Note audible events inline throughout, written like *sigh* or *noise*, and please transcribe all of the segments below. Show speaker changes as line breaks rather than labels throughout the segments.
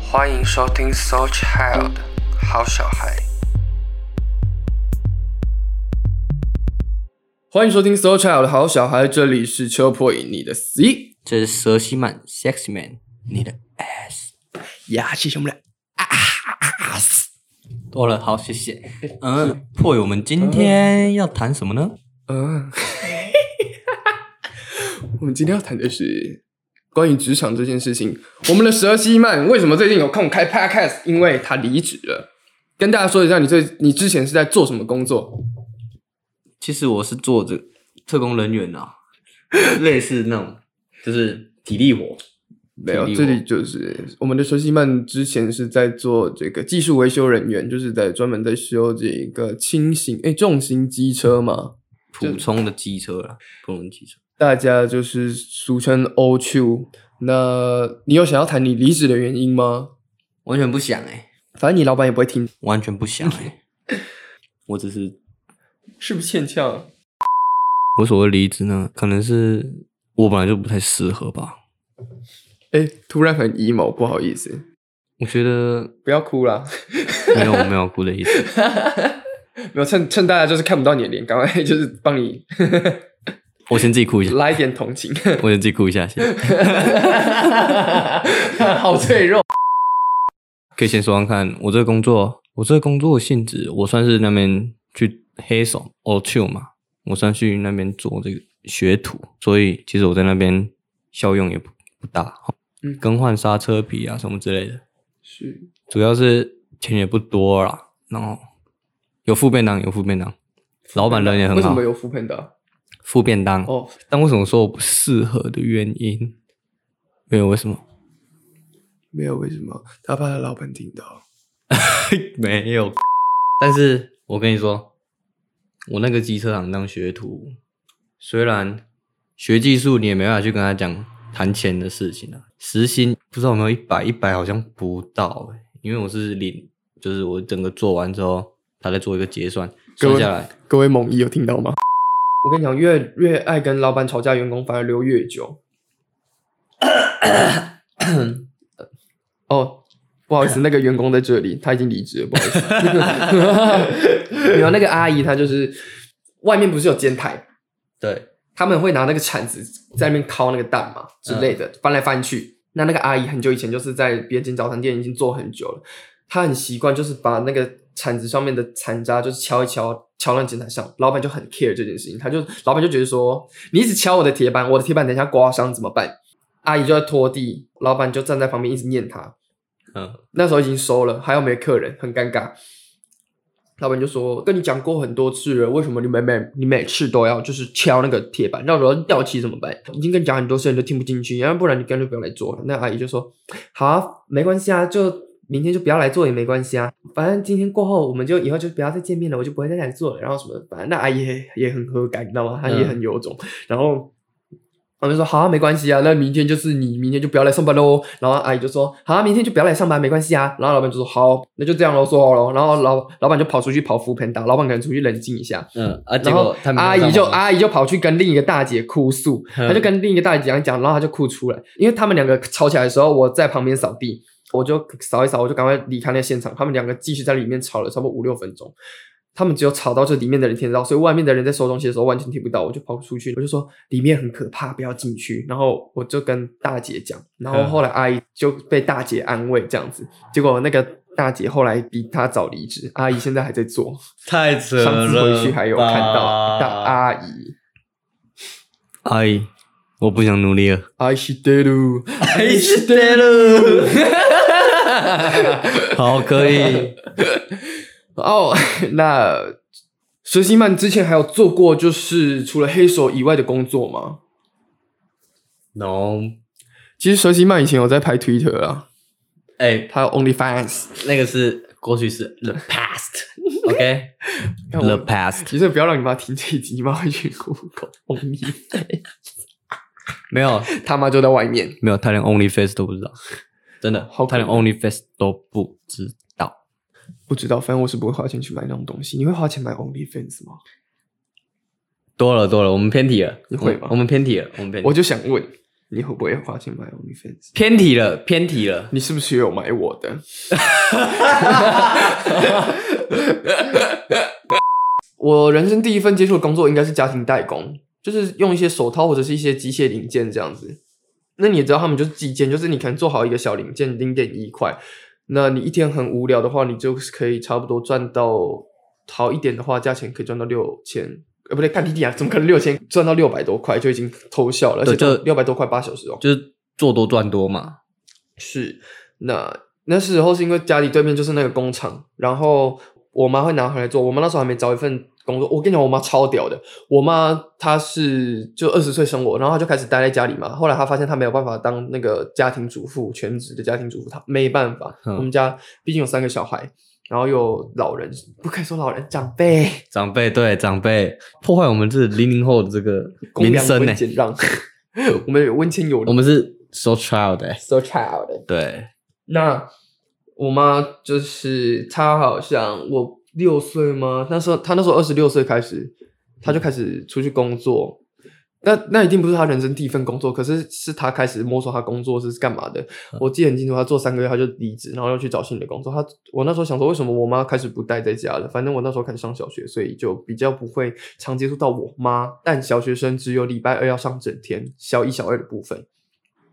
欢迎收听《So Child》好小孩。
欢迎收听《So Child 的好小孩》，这里是秋破影你的 C
这是蛇西曼 Sexy Man，你的 ass
呀，谢谢我们俩。
多了，好，谢谢。嗯，破友，我们今天要谈什么呢？
嗯， *laughs* 我们今天要谈的是关于职场这件事情。我们的蛇西曼为什么最近有空开 podcast？因为他离职了。跟大家说一下，你最你之前是在做什么工作？
其实我是做这特工人员啊，类似那种就是体力活，
没有，
体力
这
活
里就是我们的蛇西曼之前是在做这个技术维修人员，就是在专门在修这个轻型哎重型机车嘛，
普通的机车啦，普通的机车。
大家就是俗称 O Q。那你有想要谈你离职的原因吗？
完全不想哎、
反正你老板也不会听，
完全不想哎、我只是
是不是欠呛？
我所谓离职呢，可能是我本来就不太适合吧。
哎、突然很 emo，不好意思，
我觉得
不要哭啦。 *laughs*
没有没有哭的意思，
没有趁趁大家就是看不到你的脸，赶快 *laughs* 就是帮你
我先自己
*laughs*
哭一下，
来一点同情，
我先自己哭一下先。
好脆弱。
可以先说说看，我这个工作，我这个工作的性质，我算是那边去黑手 o t 嘛，我算去那边做这个学徒，所以其实我在那边效用也不不大，
嗯
更换刹车皮啊什么之类的，
是，
主要是钱也不多啦，然后有副便当，有副便当，老板人也
为
很
什
好
么，有副喷的？啊
副便当。
哦，
但为什么说我不适合的原因，没有为什么，
没有，为什么？他怕他老板听到。
没有。 *laughs* 但是我跟你说，我那个机车行当学徒，虽然学技术，你也没办法去跟他讲谈钱的事情啊。时薪不知道有没有一百，一百好像不到、欸，因为我是领，就是我整个做完之后，他再做一个结算，
各位
算下来
各位猛一有听到吗？我跟你讲，越越爱跟老板吵架，员工反而留越 *coughs* 久。哦，不好意 *coughs* 思，那个员工在这里，他已经离职了，不好意思。没有那个 *laughs* 阿姨，她就是外面不是有煎台，
对
他们会拿那个铲子在那边敲那个蛋嘛之类的，翻来翻去。那那个阿姨很久以前就是在别间早餐店已经做很久了，她很习惯就是把那个铲子上面的残渣就是敲一敲，敲烂键盘上。老板就很 care 这件事情，他就老板就觉得说你一直敲我的铁板，我的铁板等一下刮伤怎么办？阿姨就在拖地，老板就站在旁边一直念她，
嗯，
那时候已经收了，还有没客人，很尴尬。老板就说：“跟你讲过很多次了，为什么你每每你每次都要就是敲那个铁板，到时候掉漆怎么办？已经跟你讲很多次，你都听不进去，要不然你干脆不要来做。”那阿姨就说：“好啊、没关系啊，就明天就不要来做也没关系啊，反正今天过后我们就以后就不要再见面了，我就不会再来做了。”然后什么，反正那阿姨也也很和感，你知道吗？她也很有种。然后我就说好、啊，没关系啊，那明天就是你明天就不要来上班喽。然后阿姨就说好、啊，明天就不要来上班，没关系啊。然后老板就说好，那就这样喽，说好喽。然后老老板就跑出去跑扶盆打，老板可能出去冷静一下。
嗯啊，
然后
他
阿姨就
啊
阿姨就跑去跟另一个大姐哭诉，
嗯
她就跟另一个大姐讲一讲，然后她就哭出来，因为他们两个吵起来的时候，我在旁边扫地，我就扫一扫，我就赶快离开那个现场，他们两个继续在里面吵了差不多五六分钟。他们只有吵到这里面的人听得到，所以外面的人在收东西的时候完全听不到。我就跑出去，我就说里面很可怕，不要进去。然后我就跟大姐讲，然后
嗯
后来阿姨就被大姐安慰这样子。结果那个大姐后来比她早离职，阿姨现在还在做。
太扯
上次回去还有看到大啊阿姨，
阿姨，我不想努力了，
阿西德鲁，
还是得
*laughs*
了。好，可以。
哦， *laughs* 那佘西曼之前还有做过就是除了黑手以外的工作吗？
No，
其实佘西曼以前有在拍 Twitter 啊，
哎、
他有 OnlyFans。
那个是过去式 the past，OK，the、
看我
past
其实不要让你妈听这一集，你妈会去 Google Only，
没有
*laughs* 他妈就在外面。
没有，他连 only face 都不知道，真的
好，可
他
怜
连 only face 都不知道。
不知道，反正我是不会花钱去买那种东西。你会花钱买 OnlyFans 吗？
多了多了，我们偏题了，
你会
我
吗
我们偏题了，我们偏题
我
了。
就想问，你会不会花钱买 OnlyFans？
偏题了，偏题了。
你是不是有买我的？我人生第一份接触的工作应该是家庭代工，就是用一些手套或者是一些机械零件这样子。那你也知道，他们就是计件，就是你可能做好一个小零件零点一块，那你一天很无聊的话，你就是可以差不多赚到好一点的话，价钱可以赚到六千。呃，不对，看弟弟啊，怎么可能六千赚到六百多块就已经偷笑了？而
对
且
这
六百多块八小时哦，
就是做多赚多嘛。
是，那那时候是因为家里对面就是那个工厂，然后我妈会拿回来做。我妈那时候还没找一份工作，我跟你讲，我妈超屌的。我妈她是就二十岁生我，然后她就开始待在家里嘛。后来她发现她没有办法当那个家庭主妇，全职的家庭主妇，她没办法。
嗯
我们家毕竟有三个小孩，然后有老人，不可以说老人长辈，
长辈对长辈破坏我们这零零后的这个
公
名
粮
声呢、
温俭
*laughs*
让，我们有温情有
欸我们是 so child 哎、
so child 的。
对，
那我妈就是她，好像我六岁吗？那时候她那时候二十六岁开始，她就开始出去工作。那那一定不是她人生第一份工作，可是是她开始摸索她工作是干嘛的。我记得很清楚，她做三个月她就离职，然后要去找新的工作。她我那时候想说，为什么我妈开始不待在家了？反正我那时候开始上小学，所以就比较不会常接触到我妈。但小学生只有礼拜二要上整天，小一、小二的部分。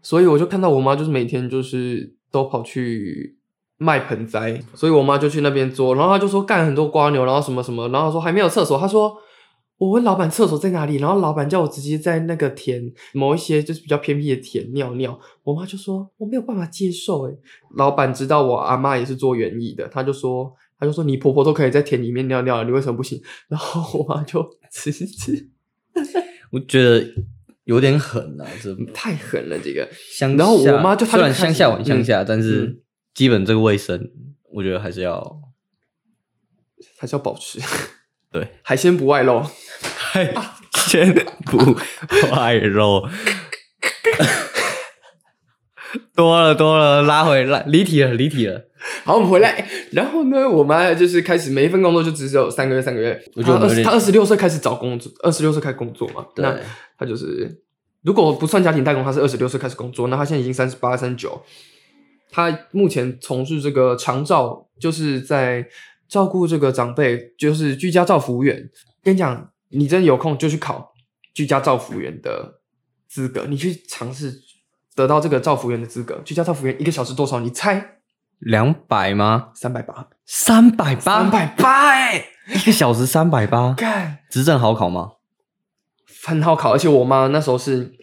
所以我就看到我妈就是每天就是都跑去卖盆栽，所以我妈就去那边做，然后她就说干很多瓜牛，然后什么什么，然后她说还没有厕所，她说我问老板厕所在哪里，然后老板叫我直接在那个田某一些就是比较偏僻的田尿尿，我妈就说我没有办法接受，诶，老板知道我阿妈也是做园艺的，她就说。她就说：“你婆婆都可以在田里面尿尿了，你为什么不行？” *laughs* 然后我妈就 *laughs* 辞职，
我觉得有点狠啊，这
嗯太狠了，这个
乡
然后我
下
妈就她就
虽然
开始
乡下往乡下，但
嗯
是基本这个卫生，我觉得还是要
还是要保持 *laughs*
对。
海鲜不外露。
太先不外露， *laughs* 多了多了，拉回来，离题了离题了。
好，我们回来。然后呢，我妈就是开始每一份工作就只有三个月，三个月。
我觉得我
她二十
们有点
她二十六岁开始找工作，二十六岁开始工作嘛。那
对
她就是，如果不算家庭代工，她是二十六岁开始工作，那她现在已经三十八、三十九。她目前从事这个长照，就是在照顾这个长辈，就是居家照服务员。跟你讲，你真的有空就去考居家照服务员的资格，你去尝试得到这个照服务员的资格。居家照服务员一个小时多少？你猜？
两百吗？
三百八。
三百八，
三百八哎，
一个小时三百八，
啊干，
执政好考吗？
很好考，而且我妈那时候是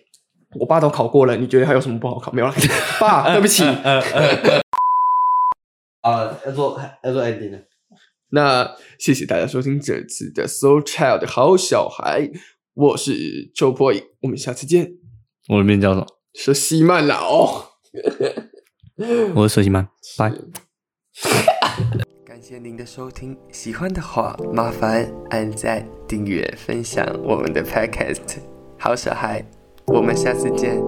我爸都考过了，你觉得还有什么不好考？没有
*laughs*
啦，爸，对不起。
呃 *laughs* 啊，要做要做 ending 了。
那谢谢大家收听这次的《So Child 好小孩》，我是周波颖，我们下次见。
我的名叫什么？
说西曼老，
我是佘西曼，拜。
感谢您的收听，喜欢的话麻烦按赞、订阅、分享我们的 Podcast。好小孩，我们下次见。